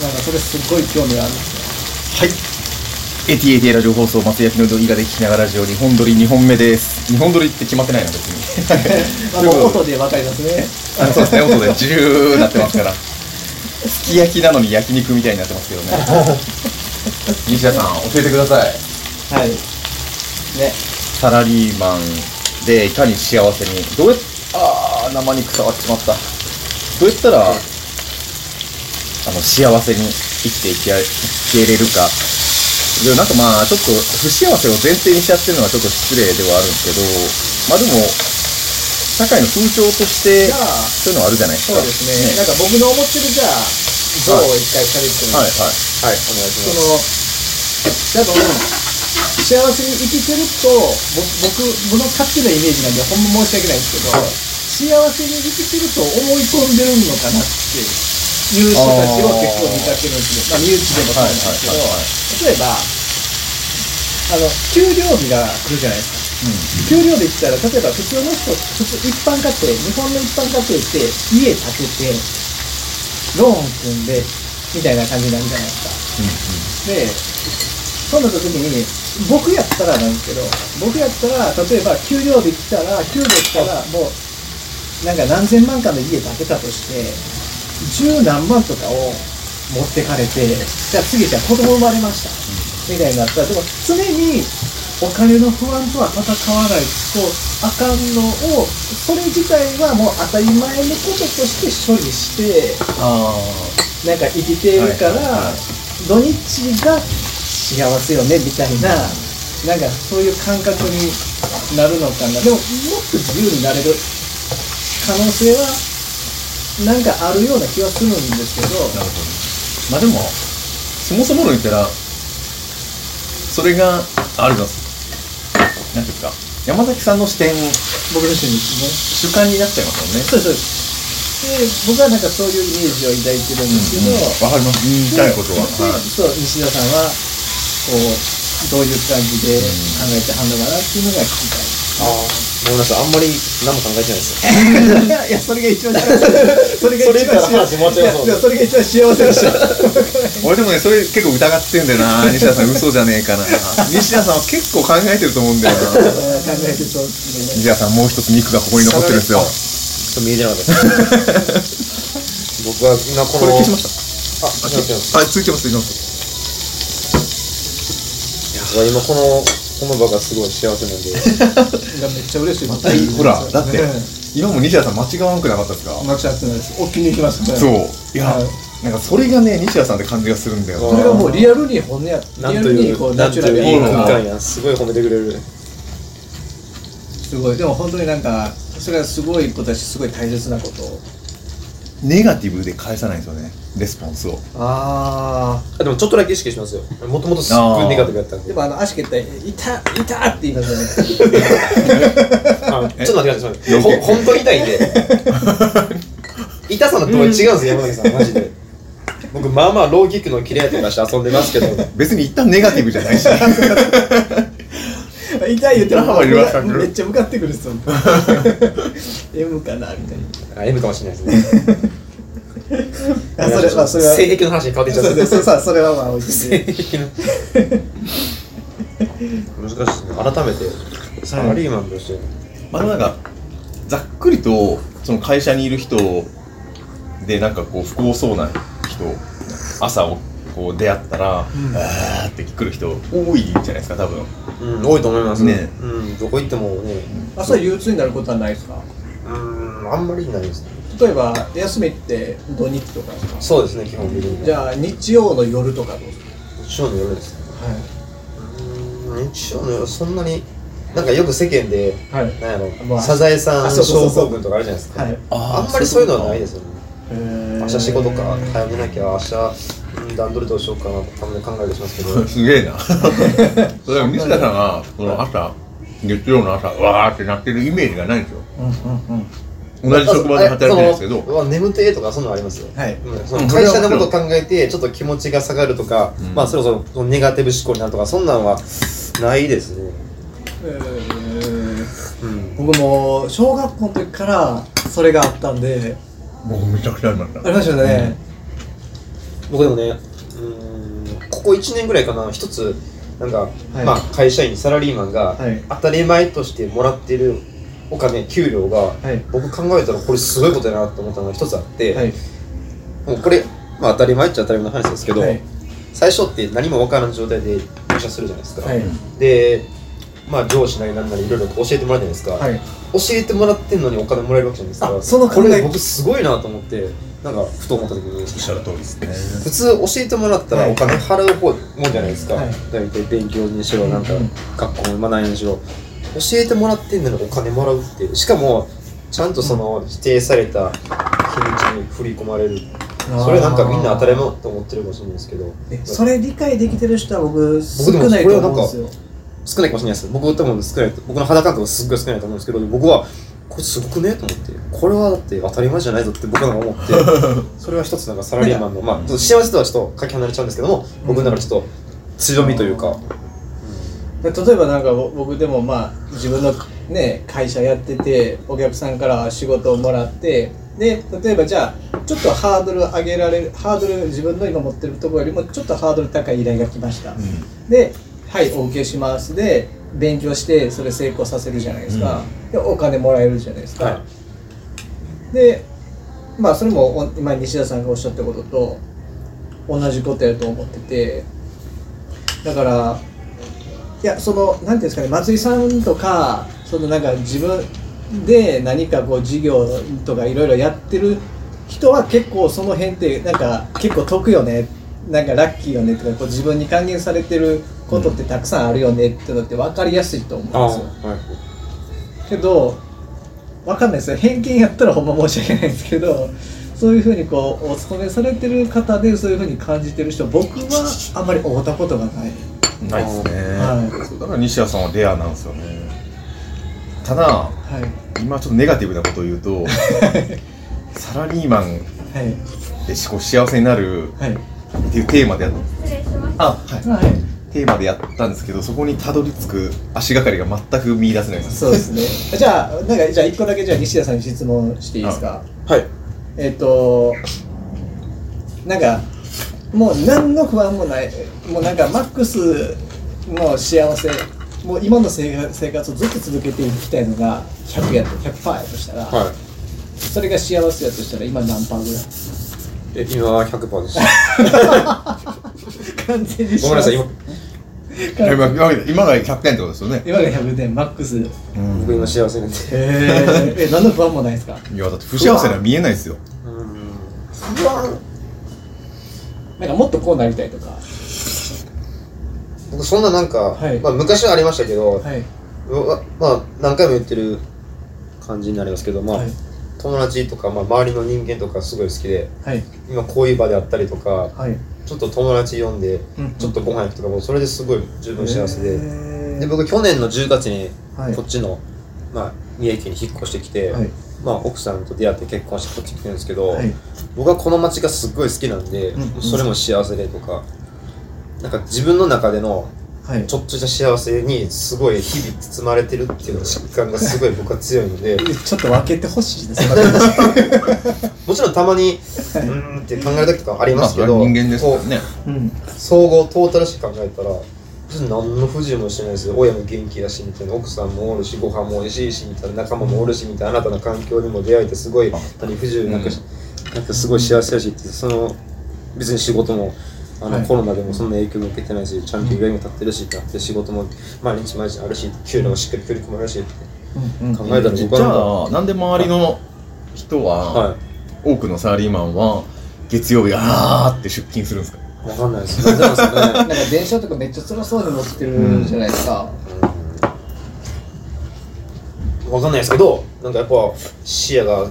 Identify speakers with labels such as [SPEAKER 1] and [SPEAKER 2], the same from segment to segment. [SPEAKER 1] なんかそれすっごい興味があるんですよ
[SPEAKER 2] はい。ATA ラジオ放送、松焼きのうどん伊賀で聞きながらラジオ、日本撮り2本目です。日本撮りって決まってないな、別に。
[SPEAKER 1] まあもう音でわかりますね
[SPEAKER 2] あのそうですね、音でジューなってますから。すき焼きなのに焼肉みたいになってますけどね。西田さん、教えてください。
[SPEAKER 1] はいね
[SPEAKER 2] サラリーマンでいかに幸せに、どうやっあー、生肉触っちまった。どうやったら、あの、幸せに生きていけ生きていれるか。でもなんかまあ、ちょっと不幸せを前提にしちゃってるのはちょっと失礼ではあるんですけど、まあでも、社会の風潮として
[SPEAKER 1] じゃ、あ
[SPEAKER 2] そういうのはあるじゃないです
[SPEAKER 1] そう
[SPEAKER 2] か。
[SPEAKER 1] ですねなんか僕の思ってるじゃあ像を一回されて、
[SPEAKER 2] はいはい。
[SPEAKER 3] はい、お願い
[SPEAKER 1] その
[SPEAKER 3] し
[SPEAKER 1] 多分幸せに生きてるとぼ僕僕の勝手なイメージなんでほんま申し訳ないんですけど幸せに生きてると思い込んでるのかなっていう人たちを結構見かけるんですよ、まあ、身内でもそうなんですけど、
[SPEAKER 2] はいはいはい
[SPEAKER 1] 例えばあの給料日が来るじゃないですか給料日来たら例えば普通の人普通一般家庭日本の一般家庭って家建ててローン組んでみたいな感じになるじゃないですかでそんな時に僕やったらなんですけど僕やったら例えば給料日来たら給料来たらもうなんか何千万かの家建てたとして十何万とかを持ってかれてじゃあ次じゃあ子供生まれましたみたいになったらでも常にお金の不安とは戦わないとあかんのをそれ自体はもう当たり前のこととして処理して
[SPEAKER 2] あ
[SPEAKER 1] なんか生きているから、
[SPEAKER 2] はいはいは
[SPEAKER 1] 土日が幸せよねみたいな、なんかそういう感覚になるのかな、でも、もっと自由になれる可能性は、なんかあるような気はするんですけど、
[SPEAKER 2] なるほど。まあでも、そもそもの言ったら、それが、あるじゃん。なんていうか、山崎さんの視点、
[SPEAKER 1] 僕の主にね。
[SPEAKER 2] 主観になっちゃいますもんね。
[SPEAKER 1] そうですそうですで僕はなんかそういうイメージを抱いてるんですけど、
[SPEAKER 2] わかります。言いたいことは。
[SPEAKER 1] で
[SPEAKER 2] はい
[SPEAKER 1] そう西田さんはこうどういう感じで考えてはんのかなっていうのが聞きたい。
[SPEAKER 3] ます。ああ、ごめんなさい、あんまり何も考えてないです。
[SPEAKER 1] いやいやそれが一番幸せそれが一番幸せ
[SPEAKER 3] それ言ったら話回っちゃい
[SPEAKER 1] いやそれが一番幸せでした
[SPEAKER 2] 俺
[SPEAKER 3] そう
[SPEAKER 2] でもね、それ結構疑ってんだよ な。西田さん、嘘じゃねえかな。西田さんは結構考えてると思うんだよ
[SPEAKER 1] 考え
[SPEAKER 2] な。
[SPEAKER 1] てそうですね
[SPEAKER 2] 西田さん、もう一つ肉がここに残ってるんですよ。
[SPEAKER 3] ちょっと見えてなかったです。僕は、な、こ
[SPEAKER 2] こ
[SPEAKER 3] の。
[SPEAKER 2] れ消しました。
[SPEAKER 3] あ、消してます。
[SPEAKER 2] あ、ついてます、ついてます。
[SPEAKER 3] 僕は今、この、この場がすごい幸せなんで。
[SPEAKER 1] いやめっちゃ嬉しいま
[SPEAKER 2] たいほらだって
[SPEAKER 1] ね
[SPEAKER 2] 今も西田さん間違わなくなかったですか
[SPEAKER 1] マクシャってないですお気に入りましたね
[SPEAKER 2] そう。いや
[SPEAKER 1] はい、
[SPEAKER 2] なんかそれがね、西田さんって感じがするんだよな。
[SPEAKER 3] こ
[SPEAKER 1] これがもうリアルに本音やリ アルにこう
[SPEAKER 3] な
[SPEAKER 1] ナ
[SPEAKER 3] ん
[SPEAKER 1] チ
[SPEAKER 3] と
[SPEAKER 1] ュラル
[SPEAKER 3] いう
[SPEAKER 1] に
[SPEAKER 3] いい
[SPEAKER 2] ほら
[SPEAKER 3] 空間や。すごい褒めてくれる。
[SPEAKER 1] すごいでも本当になんかそれはすごいことだしすごい大切なこと
[SPEAKER 2] ネガティブで返さないんですよね、レスポンスを。
[SPEAKER 1] あ
[SPEAKER 3] あ、でも、ちょっとだけ意識しますよ。もともとすっごいネガティブやったん
[SPEAKER 1] で
[SPEAKER 3] で。
[SPEAKER 1] もあの足蹴ったら「いたいた!」って言いますよね
[SPEAKER 3] あちょっと待ってください。ほん、本当に痛いん で。痛さの度合い違うんですよ、山崎さん、マジで。僕、まあまあ、ローキックの切れとかして遊んでますけど。
[SPEAKER 2] 別に一旦ネガティブじゃ ないし。
[SPEAKER 1] 痛い言って
[SPEAKER 2] ハマりましたね
[SPEAKER 1] めっちゃ向かってく るっすもん M かなみたいな
[SPEAKER 3] あ、M かもしれないですね。
[SPEAKER 1] あそれまあそれは
[SPEAKER 3] 性癖の話に変わっていっちゃ
[SPEAKER 1] そううですそうさそれはまあ置いとい
[SPEAKER 3] 性
[SPEAKER 1] て
[SPEAKER 3] 癖の難しいですね改めてサラリーマンとして
[SPEAKER 2] まあでもなんか、ざっくりと、その会社にいる人で、なんかこう、不幸そうな人、朝をこう出会ったら、あーって来る人多いんじゃないですか、多分。
[SPEAKER 3] うん多いと思います
[SPEAKER 2] ね。
[SPEAKER 3] ねうんどこ行ってもね
[SPEAKER 1] あそれ憂鬱になることはないですか
[SPEAKER 3] うんあんまりないですね
[SPEAKER 1] 例えば休みって土日とかですか
[SPEAKER 3] そうですね基本的に
[SPEAKER 1] じ
[SPEAKER 3] あ
[SPEAKER 1] ゃあ日曜の夜とかどうですか
[SPEAKER 3] 日曜の夜ですね
[SPEAKER 1] は
[SPEAKER 3] うん日曜の夜そんなになんかよく世間で
[SPEAKER 1] いはい
[SPEAKER 3] なんやろ、
[SPEAKER 1] まあ
[SPEAKER 3] サザエさ
[SPEAKER 1] あ
[SPEAKER 3] ん
[SPEAKER 1] そうそう
[SPEAKER 3] 症
[SPEAKER 1] そう
[SPEAKER 3] 候群とかあるじゃないですか、
[SPEAKER 1] はい
[SPEAKER 3] あんまりそういうのはないですすよね
[SPEAKER 1] 明
[SPEAKER 3] 明日仕事か早めなきゃ明日うん段取りどうしようかなとかたまに考えたりしますけど
[SPEAKER 2] すげえな。 それは西田さんが、その朝、月曜の朝、わーってなってるイメージがないんですよ。
[SPEAKER 1] うんうんうん
[SPEAKER 2] 同じ 職場で働いてるんですけど
[SPEAKER 3] あそ。のうわ眠てえとかそういうのありますよ、
[SPEAKER 1] はい
[SPEAKER 3] うんその会社のことを考えてちょっと気持ちが下がるとか、
[SPEAKER 2] うん
[SPEAKER 3] まあそろそろそのネガティブ思考になるとかそんなんはないですね、
[SPEAKER 1] えー
[SPEAKER 3] うん、
[SPEAKER 1] 僕も小学校の時からそれがあったんで
[SPEAKER 2] もうめちゃくちゃありました
[SPEAKER 1] あ。りましたよね
[SPEAKER 3] 僕でもね、うーん、ここ1年ぐらいかな、一つ、なんか、
[SPEAKER 1] はい
[SPEAKER 3] まあ、会社員、サラリーマンが、
[SPEAKER 1] はい
[SPEAKER 3] 当たり前としてもらってるお金、給料が、
[SPEAKER 1] はい
[SPEAKER 3] 僕考えたらこれすごいことやなと思ったのが一つあって、
[SPEAKER 1] はい
[SPEAKER 3] もうこれ、まあ、当たり前っちゃ当たり前の話ですけど、
[SPEAKER 1] はい
[SPEAKER 3] 最初って何も分からん状態で入社するじゃないですか。
[SPEAKER 1] はい
[SPEAKER 3] で、まあ、上司なりなんなりいろいろと教えてもらうじゃないですか。
[SPEAKER 1] はい
[SPEAKER 3] 教えてもらってんのにお金もらえるわけじゃないですか
[SPEAKER 1] あその考
[SPEAKER 3] こ
[SPEAKER 1] え
[SPEAKER 3] れ僕すごいなと思ってなんかふと思った時に
[SPEAKER 2] おっしゃる通りですね。
[SPEAKER 3] 普通教えてもらったら
[SPEAKER 1] はい
[SPEAKER 3] お金払う方もんじゃないですか、
[SPEAKER 1] はい
[SPEAKER 3] 大体勉強にしろなんか
[SPEAKER 1] うん
[SPEAKER 3] 学校の学びにしろ教えてもらってんのにお金もらうってしかもちゃんとその指定された日にちに振り込まれるそれなんかみんな当たり前と思ってるかもしれないですけど
[SPEAKER 1] えそれ理解できてる人は僕少
[SPEAKER 3] 僕でも
[SPEAKER 1] ないと思うんですよ
[SPEAKER 3] 少ないかもしれないです僕多分少ないと僕の肌感覚がすっごい少ないと思うんですけど僕はこれすごくねと思ってこれはだって当たり前じゃないぞって僕なんか思ってそれは一つなんかサラリーマンのまあちょっと幸せとはちょっとかけ離れちゃうんですけども僕なんかちょっと強みというか、
[SPEAKER 1] で例えばなんかぼ僕でもまあ自分のね会社やっててお客さんから仕事をもらってで例えばじゃあちょっとハードル上げられるハードル自分の今持ってるところよりもちょっとハードル高い依頼が来ました、ではいお受けしますで勉強してそれ成功させるじゃないですか、でお金もらえるじゃないですか、
[SPEAKER 3] は
[SPEAKER 1] でまあそれもお今西田さんがおっしゃったことと同じことやと思っててだからいやそのなんていうんですかね松井さんとかそのなんか自分で何かこう事業とかいろいろやってる人は結構その辺ってなんか結構得よねなんかラッキーよねとかこう自分に還元されてることってたくさんあるよねってのって分かりやすいと思うん
[SPEAKER 3] ああ
[SPEAKER 1] ですよ。
[SPEAKER 3] はい
[SPEAKER 1] けどわかんないですよ偏見やったらほんま申し訳ないですけどそういうふうにこうお勤めされてる方でそういうふうに感じてる人僕はあんまり会ったことがない
[SPEAKER 2] ないですね。
[SPEAKER 1] は
[SPEAKER 2] そうだから西谷さんはレアなんですよね。ただ、
[SPEAKER 1] はい
[SPEAKER 2] 今ちょっとネガティブなことを言うと、サラリーマン
[SPEAKER 1] はい
[SPEAKER 2] でしこう幸せになる
[SPEAKER 1] はい
[SPEAKER 2] っていうテーマでやっ
[SPEAKER 4] 失礼します。
[SPEAKER 2] あ、はい、
[SPEAKER 1] はい
[SPEAKER 2] テーマでやったんですけど、そこにたどり着く足がかりが全く見出せないです。
[SPEAKER 1] そうですねじゃあなんかじゃあ一個だけじゃあ西田さんに質問していいですか
[SPEAKER 3] はい
[SPEAKER 1] えっ、となんかもう何の不安もないもうなんかマックスの幸せもう今の生活生活をずっと続けていきたいのが100やと100%やとしたら、
[SPEAKER 3] はい
[SPEAKER 1] それが幸せやとしたら今何パーぐらい
[SPEAKER 3] え今は100%でした
[SPEAKER 1] 完全 に幸せ
[SPEAKER 3] ごめんなさい今
[SPEAKER 2] 今今今が100点ってことですよね。
[SPEAKER 1] 今が100点マックスへ
[SPEAKER 3] 僕今幸せなんで
[SPEAKER 1] ええ何の不安もないですか
[SPEAKER 2] いや、だって不幸せには見えないですよ。
[SPEAKER 3] うん
[SPEAKER 1] なんかもっとこうなりたいとか
[SPEAKER 3] 僕そんななんか、
[SPEAKER 1] はい
[SPEAKER 3] まあ、昔はありましたけど、
[SPEAKER 1] はい、
[SPEAKER 3] わまあ何回も言ってる感じになりますけどまあ、
[SPEAKER 1] はい
[SPEAKER 3] 友達とか、まあ、周りの人間とかすごい好きで
[SPEAKER 1] はい
[SPEAKER 3] 今こういう場であったりとか
[SPEAKER 1] はい
[SPEAKER 3] ちょっと友達呼んで、
[SPEAKER 1] うん
[SPEAKER 3] ちょっとご飯行くとかもうそれですごい十分幸せで、
[SPEAKER 1] で
[SPEAKER 3] で僕去年の10月に
[SPEAKER 1] はい
[SPEAKER 3] こっちの、まあ、三重県に引っ越してきて、
[SPEAKER 1] はい
[SPEAKER 3] まあ、奥さんと出会って結婚してこっち来てるんですけど、
[SPEAKER 1] はい
[SPEAKER 3] 僕はこの街がすっごい好きなんで、
[SPEAKER 1] うんうん
[SPEAKER 3] それも幸せでとかなんか自分の中での
[SPEAKER 1] はい
[SPEAKER 3] ちょっとした幸せにすごい日々包まれてるっていう実感がすごい僕は強いので
[SPEAKER 1] ちょっと分けてほしいですね
[SPEAKER 3] もちろんたまにうーんって考える時とかあり
[SPEAKER 2] ま
[SPEAKER 3] ま
[SPEAKER 2] あ、
[SPEAKER 3] す
[SPEAKER 2] それ
[SPEAKER 3] け
[SPEAKER 2] は
[SPEAKER 3] ど、
[SPEAKER 2] 人間ですから
[SPEAKER 3] こ
[SPEAKER 2] ね。
[SPEAKER 1] うん
[SPEAKER 3] う総合トータルして考えたら別に何の不自由もしてないですよ親も元気だしみたいな奥さんもおるしご飯も美味しいしみたいな仲間もおるしみたいな新たな環境にも出会えてすごい何不自由なくし、なんかすごい幸せだしってその別に仕事も。あの
[SPEAKER 1] はい
[SPEAKER 3] コロナでもそんな影響も受けてないし、ちゃんと意外も立ってるしってなって仕事も毎日毎日あるし、給料もしっかり振り込まれるしって
[SPEAKER 1] うん
[SPEAKER 3] 考えたら僕
[SPEAKER 2] じ
[SPEAKER 3] は
[SPEAKER 2] ゃあ、なんで周りの人
[SPEAKER 3] なん
[SPEAKER 2] は、
[SPEAKER 3] か、は
[SPEAKER 2] 多くのサラリーマンは、月曜日、あーって出勤するんですか
[SPEAKER 3] い、わかんないです。なんでなんですか
[SPEAKER 1] なん
[SPEAKER 3] ね。
[SPEAKER 1] か電車とかめっちゃ辛そうに乗ってるじゃないですか、
[SPEAKER 3] うんわかんないですけど、なんかやっぱ視野が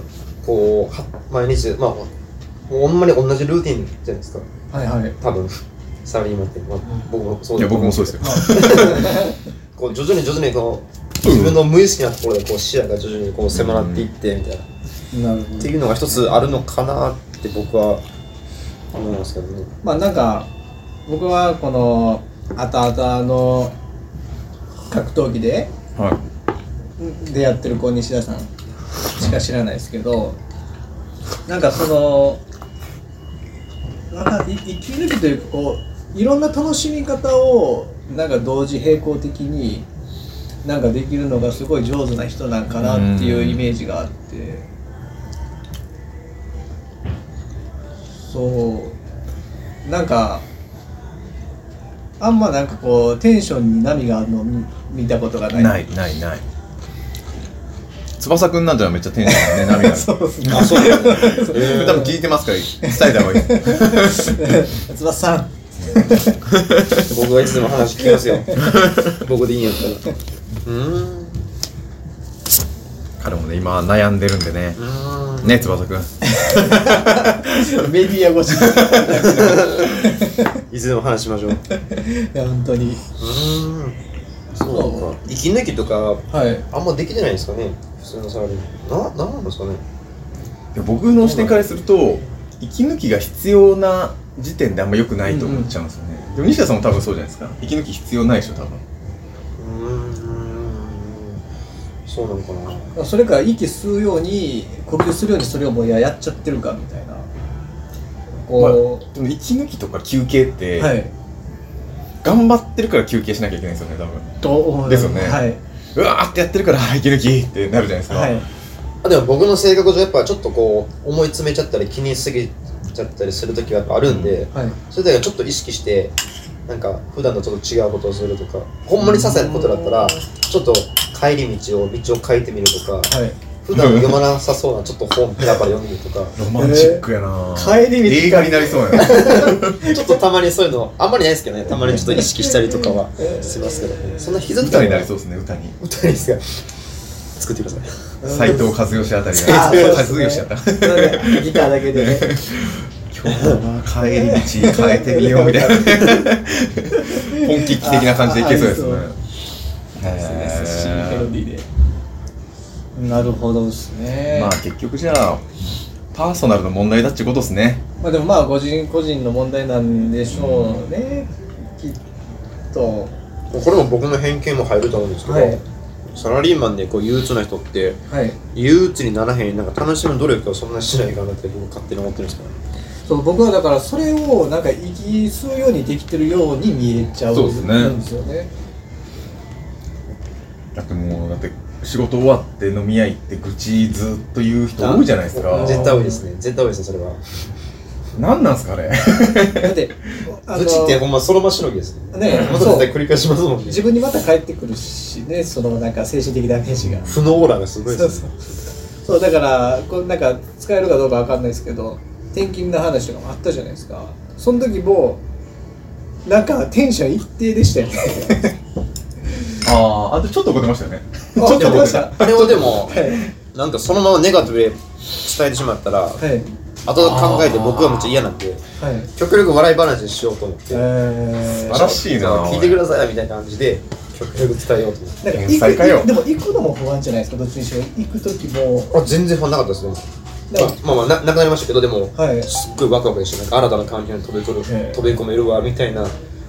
[SPEAKER 3] こうは毎日まあもうほんまに同じルーティンじゃないですか。
[SPEAKER 1] はいはい
[SPEAKER 3] 多分サラリーマンって、まあ、僕もそう
[SPEAKER 2] いや、僕もそうです
[SPEAKER 3] よ。
[SPEAKER 2] よ。
[SPEAKER 3] こう徐々に徐々にこう自分の無意識なところでこう視野が徐々にこう迫らっていってみたいな、
[SPEAKER 1] なるほ
[SPEAKER 3] っていうのが一つあるのかなって僕は思いますけどね。
[SPEAKER 1] まあなんか僕はこのあたあたの格闘技で
[SPEAKER 2] は
[SPEAKER 1] 出会ってる子西田さんしか知らないですけどなんかそのなんかい息抜きというかこういろんな楽しみ方をなんか同時並行的になんかできるのがすごい上手な人なんかなっていうイメージがあってそうなんかあんまなんかこうテンションに波があるのを見見たことがない
[SPEAKER 2] ないないない翼くんなんてのはめっちゃテンションね 波があ る
[SPEAKER 1] そうですね
[SPEAKER 3] あ、そうだよね。
[SPEAKER 2] 多分聞いてますから伝えた方がいい
[SPEAKER 1] 翼さん
[SPEAKER 3] 僕はいつでも話聞きますよ。 僕でいいんやったら。うーん。う
[SPEAKER 2] 彼もね今悩んでるんでね
[SPEAKER 3] ーん。
[SPEAKER 2] ね翼くん
[SPEAKER 1] メディア越しに
[SPEAKER 3] いつでも話しましょう。う
[SPEAKER 1] いや本当に
[SPEAKER 3] ーん。そうなんか。息抜きとか、
[SPEAKER 1] はい
[SPEAKER 3] あんまできてないんですかね。普通のサラリーマン。な、なんなんですかね。
[SPEAKER 2] で僕の視点からすると息抜きが必要な時点であんま良くないと思っちゃうんですよね、でも西田さんも多分そうじゃないですか息抜き必要ないでしょ多分
[SPEAKER 3] うーん。そうなのかな。
[SPEAKER 1] それから息吸うように呼吸するようにそれをもうややっちゃってるかみたいなこ
[SPEAKER 2] でも息抜きとか休憩っ
[SPEAKER 1] う、
[SPEAKER 2] て、
[SPEAKER 1] はい
[SPEAKER 2] 頑張ってるから休憩しなきゃいけないんですよね多分
[SPEAKER 1] と思う
[SPEAKER 2] ですよね
[SPEAKER 1] はい、
[SPEAKER 2] うわーってやってるからあー息抜きってなるじゃないですか、
[SPEAKER 1] はい、
[SPEAKER 3] あでも僕の性格上やっぱちょっとこう思い詰めちゃったり気にしすぎちゃったりする時はやっぱあるんで、
[SPEAKER 1] はい、
[SPEAKER 3] それだけちょっと意識してなんか普段とちょっと違うことをするとかほんまに些細なことだったらちょっと帰り道を道を変えてみるとか
[SPEAKER 1] はい、
[SPEAKER 3] 普段読まなさそうなちょっと本ペラペラ読んでみるとか
[SPEAKER 2] ロマンチックやな、
[SPEAKER 1] えー帰り道
[SPEAKER 2] 映画になりそうやな
[SPEAKER 3] ちょっとたまにそういうのあんまりないですけどねたまにちょっと意識したりとかはしますけどねそんな膝
[SPEAKER 2] 歌になり
[SPEAKER 3] う
[SPEAKER 2] そうですね歌に
[SPEAKER 3] 歌にですが作ってくださ
[SPEAKER 2] 斎
[SPEAKER 3] い
[SPEAKER 2] 藤和義あたり
[SPEAKER 1] あ
[SPEAKER 2] が
[SPEAKER 1] ー
[SPEAKER 2] 和
[SPEAKER 1] そうで
[SPEAKER 2] 義
[SPEAKER 1] す
[SPEAKER 2] や
[SPEAKER 1] ね
[SPEAKER 2] った
[SPEAKER 1] ギターだけでね
[SPEAKER 2] 今日は帰り道変えてみようみた いなね本気的な感じでいけそうですね
[SPEAKER 1] あああ
[SPEAKER 2] へー
[SPEAKER 1] 優しいメロディーでなるほどですね
[SPEAKER 2] まあ結局じゃあパーソナルの問題だっちゅうことですね
[SPEAKER 1] まあでもまあ個人個人の問題なんでしょうね、きっと
[SPEAKER 3] もうこれも僕の偏見も入ると思うんですけど、
[SPEAKER 1] はい
[SPEAKER 3] サラリーマンでこう憂鬱な人って
[SPEAKER 1] はい
[SPEAKER 3] 憂鬱にならへんなんか楽しむ努力をそんなしないかなって僕勝手に思ってるんですけど
[SPEAKER 1] そう僕はだからそれをなんか息吸うようにできてるように見えちゃう
[SPEAKER 2] そうですね
[SPEAKER 1] んですよね
[SPEAKER 2] だってもうだって仕事終わって飲み屋行って愚痴ずっと言う人多いじゃないです
[SPEAKER 1] あ
[SPEAKER 2] か
[SPEAKER 3] 絶対多いですね絶対多いですねそれは
[SPEAKER 2] 何なんすかね
[SPEAKER 1] だ ってあの
[SPEAKER 3] 愚痴ってほんまその場しのぎですね
[SPEAKER 1] ね
[SPEAKER 3] また
[SPEAKER 1] そう
[SPEAKER 3] 絶対繰り返しますもんね
[SPEAKER 1] 自分にまた返ってくるしねそのなんか精神的ダメージが
[SPEAKER 3] 負のオーラがすごいです
[SPEAKER 1] そう
[SPEAKER 3] ね
[SPEAKER 1] そうだからこうなんか使えるかどうかわかんないですけど転勤の話とかもあったじゃないですかその時もなんかテンション一定でしたよね
[SPEAKER 2] あああとちょっと怒ってましたよね
[SPEAKER 1] あ
[SPEAKER 2] ちょっ
[SPEAKER 1] で
[SPEAKER 2] と
[SPEAKER 1] も
[SPEAKER 2] 怒ってた
[SPEAKER 1] は
[SPEAKER 3] あれをでも
[SPEAKER 1] い
[SPEAKER 3] なんかそのままネガティブで伝えてしまったら後
[SPEAKER 1] はい
[SPEAKER 3] で考えて僕はめっちゃ嫌なんで
[SPEAKER 1] はい
[SPEAKER 3] 極力笑い話にしようと思って
[SPEAKER 1] えー
[SPEAKER 2] 素晴らしいな
[SPEAKER 3] 聞いてくださいみたいな感じで極力伝えようと思って
[SPEAKER 1] なんか
[SPEAKER 2] 天才かよ
[SPEAKER 1] 行くでも行くのも不安じゃないですかどっちにしろ行く時も
[SPEAKER 3] あ全然不安なかったですね
[SPEAKER 1] だから
[SPEAKER 3] まあまあななくなりましたけどでも、
[SPEAKER 1] はい
[SPEAKER 3] すっごいワクワクでしたなんか新たな環境に飛び込む、
[SPEAKER 1] ええ
[SPEAKER 3] 飛び込めるわみたい な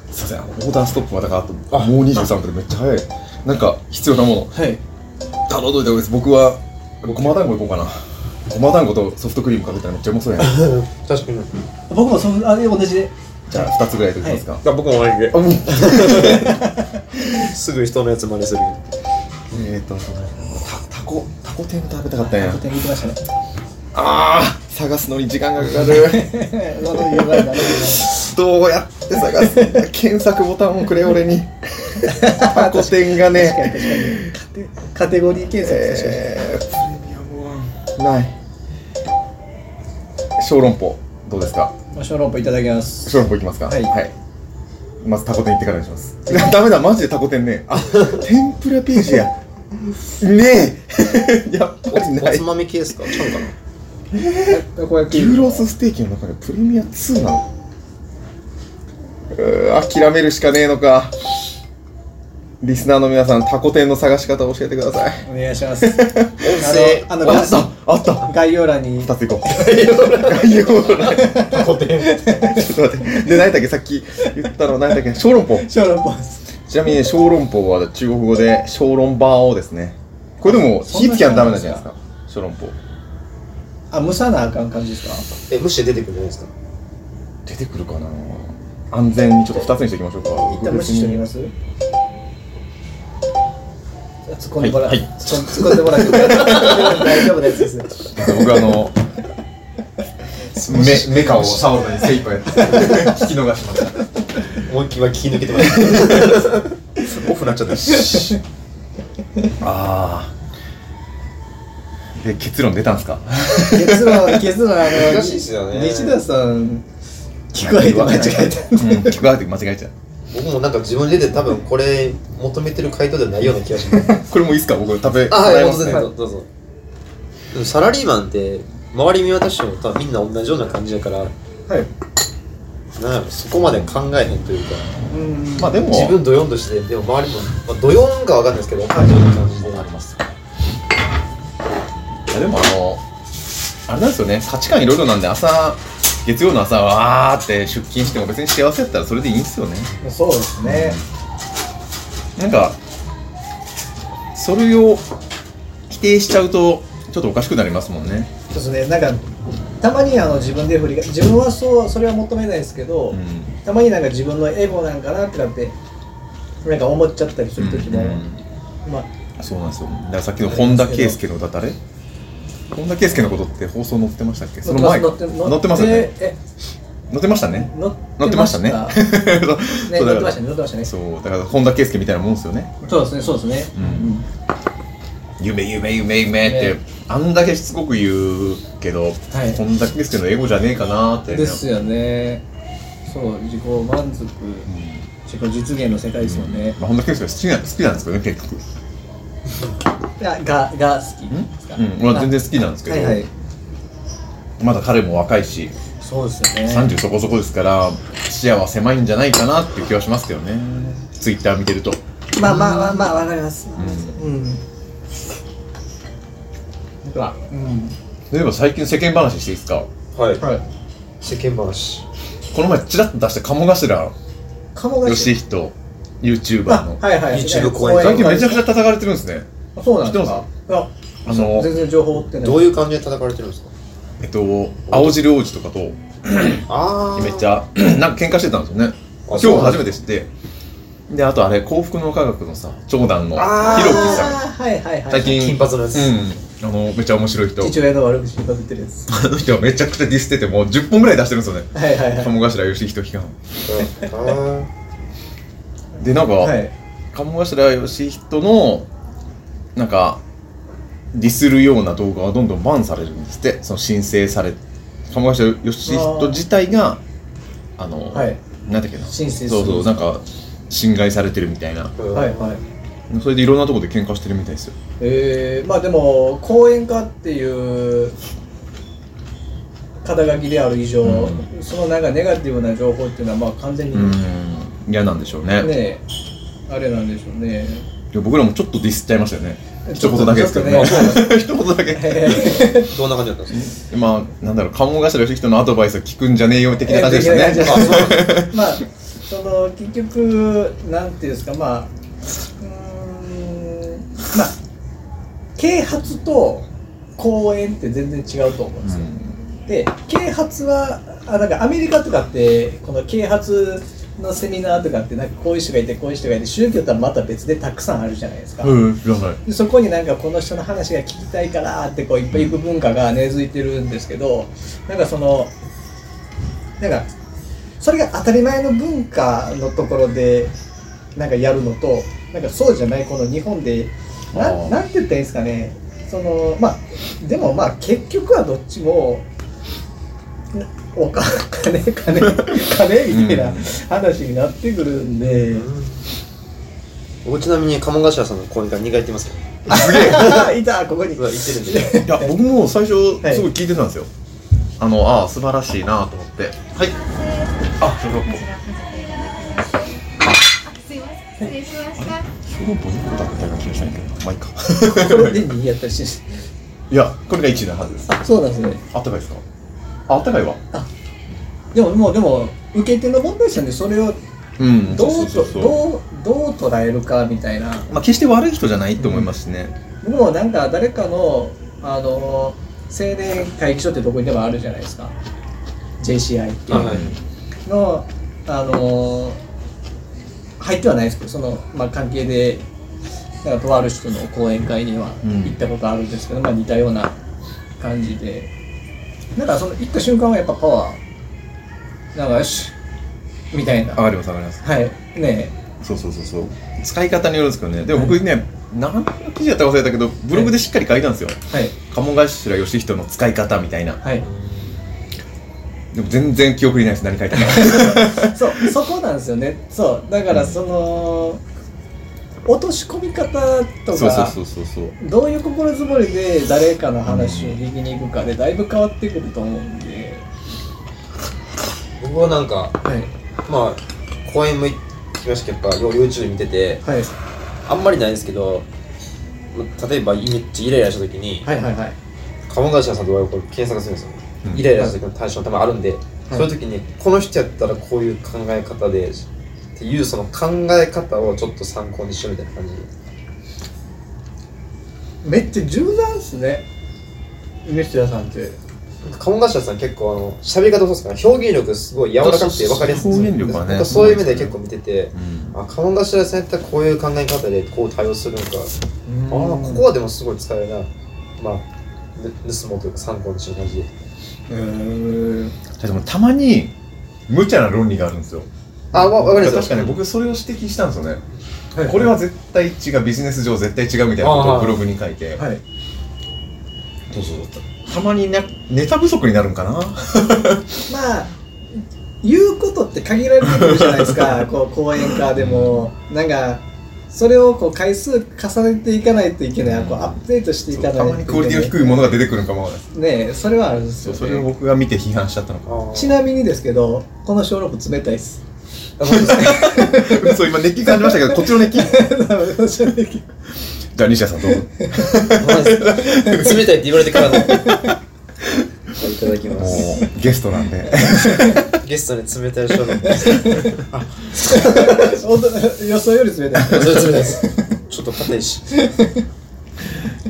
[SPEAKER 2] すいませんあのオーダーストップまでがあともう23分でめっちゃ早いなんか必要なもの
[SPEAKER 1] はい
[SPEAKER 2] 頼どいてです僕はごま団子いこうかなごま団子とソフトクリームかけたらめっちゃうまそうやんじ
[SPEAKER 3] 確かに
[SPEAKER 1] 僕もそのあれ同じで
[SPEAKER 2] ゃあ2つぐらいでいきますか、
[SPEAKER 3] 僕も同じで
[SPEAKER 2] あもう
[SPEAKER 3] すぐ人のやつ真似する
[SPEAKER 2] えーとたたこたこ天食べたかったんや
[SPEAKER 1] 個展行きま した
[SPEAKER 2] あー探すのに時間がかか る
[SPEAKER 1] ね喉に弱いな喉に弱い
[SPEAKER 2] どうやって探すんだ検索ボタンをくれ俺 にたこ天がね
[SPEAKER 1] カテゴリー検索しまし
[SPEAKER 2] えー、プレミアムワンない小籠包どうですか
[SPEAKER 1] た小籠包いただきます
[SPEAKER 2] 小籠包いきますか
[SPEAKER 1] はい
[SPEAKER 2] まずタコ天行ってからにします ダメだマジでタコ天ねあ天ぷらページやねえ やっぱり
[SPEAKER 3] お
[SPEAKER 2] ない
[SPEAKER 3] つまみ系ですかちゃうかな
[SPEAKER 1] たこ焼き
[SPEAKER 2] 牛ロースステーキの中でプレミア2なのうー諦めるしかねえのかリスナーの皆さんタコ天の探し方を教えてください
[SPEAKER 1] お願いします
[SPEAKER 3] 声
[SPEAKER 1] あのあの
[SPEAKER 2] あった
[SPEAKER 1] 概要欄に
[SPEAKER 2] 2つい こう概要欄
[SPEAKER 3] タコ店
[SPEAKER 2] ちょっと待ってで何だっけさっき言ったの何だっけ小籠包
[SPEAKER 1] 小籠包です
[SPEAKER 2] ちなみにね小籠包は中国語で小籠包ですねこれでも火つけはダメなんじゃないですか小籠包
[SPEAKER 1] あ蒸さなあかん感じですか
[SPEAKER 3] えむし出てくるじゃないですか
[SPEAKER 2] 出てくるかな安全にちょっと2つにしていきましょうか
[SPEAKER 1] 一旦無視してみます突っ込んでもら、
[SPEAKER 5] はいはい
[SPEAKER 1] 突っ込ん突っ込んでもらって 大丈夫なやつですね
[SPEAKER 2] 僕あのメメカをサウナに精一杯引き逃しました
[SPEAKER 3] 思いっきり今聞き抜けてました
[SPEAKER 2] オフなっちゃったしああで結論出たんすか
[SPEAKER 1] 結論結論あの
[SPEAKER 3] 難しいっすよね
[SPEAKER 1] 西田さん聞こえて間違えた
[SPEAKER 2] うん聞こえて間違えちゃう
[SPEAKER 3] 僕もなんか自分で出て多分これ求めてる回答ではないような気がします
[SPEAKER 2] これもいいっすか僕食べ
[SPEAKER 3] あ、はい、
[SPEAKER 2] 払
[SPEAKER 3] ど
[SPEAKER 2] ま
[SPEAKER 3] うぞ
[SPEAKER 2] すね
[SPEAKER 3] どうぞ。でもサラリーマンって、周り見渡しても多分みんな同じような感じだから、
[SPEAKER 1] はい
[SPEAKER 3] なんやろそこまで考えへんというか、
[SPEAKER 1] うん
[SPEAKER 2] まあでも
[SPEAKER 3] 自分ドヨンとして、でも周りも、まあ、ドヨンかわかんないですけど、同じような感じで。
[SPEAKER 2] ありますいやでもあのあれなんですよね価値観いろいろなんで朝月曜の朝わーって出勤しても別に幸せだったらそれでいいんですよね
[SPEAKER 1] そうですね
[SPEAKER 2] なんかそれを否定しちゃうとちょっとおかしくなりますもんね
[SPEAKER 1] ちょっとねなんかたまにあの自分で振り返自分はそうそれは求めないですけど、
[SPEAKER 2] うん
[SPEAKER 1] たまになんか自分のエゴなんかなってなってなんか思っちゃったりする時も、まあ
[SPEAKER 2] そうなんですよだからさっきの本田圭佑の歌誰本田圭佑のことって放送載ってましたっけその前
[SPEAKER 1] 乗って
[SPEAKER 2] 載ってますよね
[SPEAKER 1] え
[SPEAKER 2] 載ってましたね
[SPEAKER 1] 乗っ
[SPEAKER 2] 載ってましたね
[SPEAKER 1] ね
[SPEAKER 2] そう
[SPEAKER 1] 乗
[SPEAKER 2] だ
[SPEAKER 1] ってま
[SPEAKER 2] から
[SPEAKER 1] したね乗ってましたね
[SPEAKER 2] そうだから本田圭佑みたいなもんですよね
[SPEAKER 1] そうですねそうですね、
[SPEAKER 2] うん夢夢夢夢って、
[SPEAKER 1] ね
[SPEAKER 2] あんだけしつこく言うけど、
[SPEAKER 1] はい
[SPEAKER 2] こんだけですけど英語じゃねえかなって
[SPEAKER 1] ですよねそう自己満足自己実現の世界ですよね、
[SPEAKER 2] まあ、本田圭佑が好きなん好きなんですけどね結局
[SPEAKER 1] ががが好きですか
[SPEAKER 2] うんまあ全然好きなんですけど
[SPEAKER 1] はいはい
[SPEAKER 2] まだ彼も若いし、
[SPEAKER 1] そうですよね
[SPEAKER 2] 30そこそこですから視野は狭いんじゃないかなっていう気はしますけどねツイッター見てると
[SPEAKER 1] まあまあまあまあわかりますうん
[SPEAKER 2] あ
[SPEAKER 1] うん
[SPEAKER 2] 例えば最近世間話していいですか
[SPEAKER 3] はい。
[SPEAKER 1] はい
[SPEAKER 3] 世間話。
[SPEAKER 2] この前ちらっと出した鴨頭
[SPEAKER 1] 鴨頭
[SPEAKER 2] 義人 YouTuber
[SPEAKER 1] あ
[SPEAKER 2] の
[SPEAKER 1] はいはい
[SPEAKER 3] YouTube 公演
[SPEAKER 2] 最近めちゃく
[SPEAKER 1] ち
[SPEAKER 2] ちゃ叩かれてるんですね
[SPEAKER 1] ゃそうなんです
[SPEAKER 2] 知っ
[SPEAKER 1] か
[SPEAKER 2] て
[SPEAKER 1] いや
[SPEAKER 2] あの
[SPEAKER 1] 全然情報追ってない
[SPEAKER 3] どういう感じで叩かれてるんですか
[SPEAKER 2] えっと青汁王子とかと
[SPEAKER 3] ああ。
[SPEAKER 2] めっちゃ なんか喧嘩してたんですよね今日
[SPEAKER 3] そうなんだ
[SPEAKER 2] 初めて知ってであとあれ幸福の科学のさ長男のひ
[SPEAKER 3] あー
[SPEAKER 2] ろきさん
[SPEAKER 1] あーはいはいはい
[SPEAKER 2] 最近
[SPEAKER 3] 金髪のやつ
[SPEAKER 2] うんあのめっちゃ面白い人
[SPEAKER 1] 父親の悪口にバズってるやつ
[SPEAKER 2] あの人はめちゃくちゃディスっててもう10本ぐらい出してるんですよね
[SPEAKER 1] はいはいはい
[SPEAKER 2] 鴨頭義人批判
[SPEAKER 3] うんあ
[SPEAKER 2] でなんか、
[SPEAKER 1] はい
[SPEAKER 2] 鴨頭義人のなんかディスるような動画がどんどんバンされるんですってその申請され鴨頭義人自体があの、
[SPEAKER 1] はい
[SPEAKER 2] なんだっけな
[SPEAKER 1] 申請する
[SPEAKER 2] そうそうなんか侵害されてるみたいな
[SPEAKER 3] ーうん
[SPEAKER 1] はいはい
[SPEAKER 2] それでいろんなとこで喧嘩してるみたいですよ
[SPEAKER 1] えー、まあでも講演家っていう肩書きである以上、
[SPEAKER 2] う
[SPEAKER 1] そのなんかネガティブな情報っていうのはまあ完全に
[SPEAKER 2] うん
[SPEAKER 1] ね、
[SPEAKER 2] 嫌なんでしょうね
[SPEAKER 1] あれなんでしょうね
[SPEAKER 2] いや僕らもちょっとディスっちゃいましたよね
[SPEAKER 1] ちょ
[SPEAKER 2] 一
[SPEAKER 1] っと
[SPEAKER 2] 言だけですけどね
[SPEAKER 1] ちょっ
[SPEAKER 2] 一言だけ
[SPEAKER 3] どんな感じだったんです
[SPEAKER 2] まあなんだろう鴨頭義人のアドバイスを聞くんじゃねえよ的な感じでした
[SPEAKER 1] えー的な感
[SPEAKER 2] ね
[SPEAKER 3] かあ、そうなんだ
[SPEAKER 1] まあその結局なんていうんですかまあうーんまあ啓発と講演って全然違うと思うんですよ、で啓発はあなんかアメリカとかってこの啓発のセミナーとかってなんかこういう人がいてこういう人がいて宗教とはまた別でたくさんあるじゃないですか、
[SPEAKER 2] うんうん知らない
[SPEAKER 1] でそこになんかこの人の話が聞きたいからってこういっぱい行く文化が根付いてるんですけどなんかそのなんかそれが当たり前の文化のところでなんかやるのとなんかそうじゃないこの日本で
[SPEAKER 2] あ
[SPEAKER 1] な
[SPEAKER 2] ー
[SPEAKER 1] なんて言ったらいいんですかねそのまあでもまあ結局はどっちもなおか金金金みたいな
[SPEAKER 2] うん
[SPEAKER 1] 話になってくるんで、
[SPEAKER 3] 僕ちなみに鴨頭さんの講演会2回行ってますけど。
[SPEAKER 1] いたここに
[SPEAKER 3] うわ行ってるんで。
[SPEAKER 2] いや僕も最初
[SPEAKER 1] はい
[SPEAKER 2] すごい聞いてたんですよ、あのああ素晴らしいなと思ってはいあ小籠包
[SPEAKER 4] すいません失礼しました。
[SPEAKER 2] 小籠包2個だったような気がしたんだけどまあいいか
[SPEAKER 1] これで2位やったりして。
[SPEAKER 2] いやこれが1位なはずです
[SPEAKER 1] あそうなんですね
[SPEAKER 2] あったかいですかああったかいわ
[SPEAKER 1] でももうでも受け手の問題者でそれを
[SPEAKER 2] うん
[SPEAKER 1] どうと
[SPEAKER 2] そうそうそう
[SPEAKER 1] どうどう捉えるかみたいな
[SPEAKER 2] まあ決して悪い人じゃないと思いますしね、
[SPEAKER 1] 僕もなんか誰かのあの青年会議所ってどこにでもあるじゃないですか JCI っていう、
[SPEAKER 3] はい。
[SPEAKER 1] の、あのー入ってはないですけどその、まあ、関係でなんかとある人の講演会には
[SPEAKER 2] うん
[SPEAKER 1] 行ったことあるんですけど、まあ、似たような感じでなんかその行った瞬間はやっぱパワーなんかよしみたいな
[SPEAKER 2] 上がります上がります
[SPEAKER 1] はいね
[SPEAKER 2] そうそうそうそう使い方によるんですけどねでも僕ね、何の記事だったか忘れたけどブログでしっかり書いたんですよ
[SPEAKER 1] えはい
[SPEAKER 2] 鴨頭義人の使い方みたいな
[SPEAKER 1] はい
[SPEAKER 2] でも全然記憶にないです何書いたか
[SPEAKER 1] そう そこなんですよねそうだからその、落とし込み方とか
[SPEAKER 2] そうそうそうそうそう
[SPEAKER 1] どういう心づもりで誰かの話を聞きに行くかでだいぶ変わってくると思うんで、
[SPEAKER 3] 僕はなんか
[SPEAKER 1] はい
[SPEAKER 3] まあ公演も行きましたけどやっぱ YouTube 見てて
[SPEAKER 1] はい
[SPEAKER 3] あんまりないんですけどまあ例えばめっちゃイライラした時に
[SPEAKER 1] はいはいはい
[SPEAKER 3] 鴨頭さんとかこう検索するんですよ、
[SPEAKER 2] うん
[SPEAKER 3] イライラした時の対象たまあるんで、そういう時にこの人やったらこういう考え方でっていうその考え方をちょっと参考にしようみたいな感じで
[SPEAKER 1] めっちゃ柔軟っすね梅下さんって
[SPEAKER 3] 鴨頭さん結構あの喋り方もそうですから表現力すごい柔らかくて分かりやす
[SPEAKER 2] そうそ
[SPEAKER 3] い
[SPEAKER 2] う表現力はね
[SPEAKER 3] 僕そういう目で結構見てて、
[SPEAKER 2] うん
[SPEAKER 3] あ鴨頭さんやったらこういう考え方でこう対応するのか、ああここはでもすごい使えるなまあぬ盗もうというか参考にしよう感じで
[SPEAKER 1] うーん
[SPEAKER 2] でもたまに無茶な論理があるんですよ
[SPEAKER 3] あわ分かります
[SPEAKER 2] 確かに僕それを指摘したんですよね、これは絶対違うビジネス上絶対違うみたいなことを
[SPEAKER 3] あー
[SPEAKER 2] ブログに書いて、
[SPEAKER 1] はい
[SPEAKER 2] そうそうそうたまにねネタ不足になるんかな
[SPEAKER 1] まあ言うことって限られてくるじゃないです かこう講演家でもなんかそれをこう回数重ねていかないといけないこうアップデートしてい
[SPEAKER 2] そう
[SPEAKER 1] か
[SPEAKER 2] た
[SPEAKER 1] ない
[SPEAKER 2] ま
[SPEAKER 1] とい
[SPEAKER 2] に
[SPEAKER 1] け
[SPEAKER 2] クオリティの低いものが出てくるんかもわかんない
[SPEAKER 1] ねえ
[SPEAKER 2] です
[SPEAKER 1] それはあるんです
[SPEAKER 2] そ
[SPEAKER 1] よ、
[SPEAKER 2] う
[SPEAKER 1] ね、
[SPEAKER 2] それを僕が見て批判しちゃったのか
[SPEAKER 3] ああ
[SPEAKER 1] ちなみにですけどこの小6冷たいっす
[SPEAKER 3] あそうですね
[SPEAKER 2] そう今熱気感じましたけどこっちの 熱気 じ
[SPEAKER 1] 正直
[SPEAKER 2] ゃあ西田さんどうぞ
[SPEAKER 3] マジです冷たいって言われてからのいただきま
[SPEAKER 2] も
[SPEAKER 3] す
[SPEAKER 2] うゲストなんで
[SPEAKER 3] ゲストに冷たい商品
[SPEAKER 1] 本当予想より冷たい
[SPEAKER 3] それ冷たいですちょっと硬いし
[SPEAKER 2] じゃ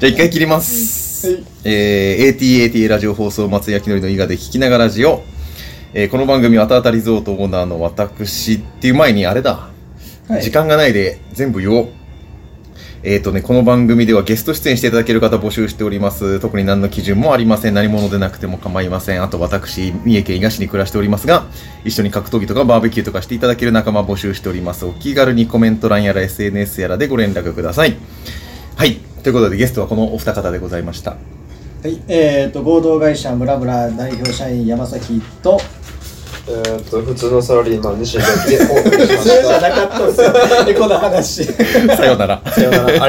[SPEAKER 2] あ一回切ります、えー、ATAT ラジオ放送松焼きのりの伊賀で聞きながらラジオ、えーこの番組「わたあたリゾートオーナーの私」っていう前にあれだ、
[SPEAKER 1] はい
[SPEAKER 2] 時間がないで全部言おうえーとね、この番組ではゲスト出演していただける方募集しております。特に何の基準もありません。何者でなくても構いません。あと私、三重県伊賀市に暮らしておりますが、一緒に格闘技とかバーベキューとかしていただける仲間募集しております。お気軽にコメント欄やら SNS やらでご連絡ください。はい。ということでゲストはこのお二方でございました。
[SPEAKER 1] はいえー、と合同会社ムラムラ代表社員山崎と
[SPEAKER 3] えーっと普通のサラリーマン西田でお送りしま
[SPEAKER 1] それ
[SPEAKER 3] し
[SPEAKER 1] じゃなかったんですよこの話
[SPEAKER 2] さようなら。
[SPEAKER 3] たさようなら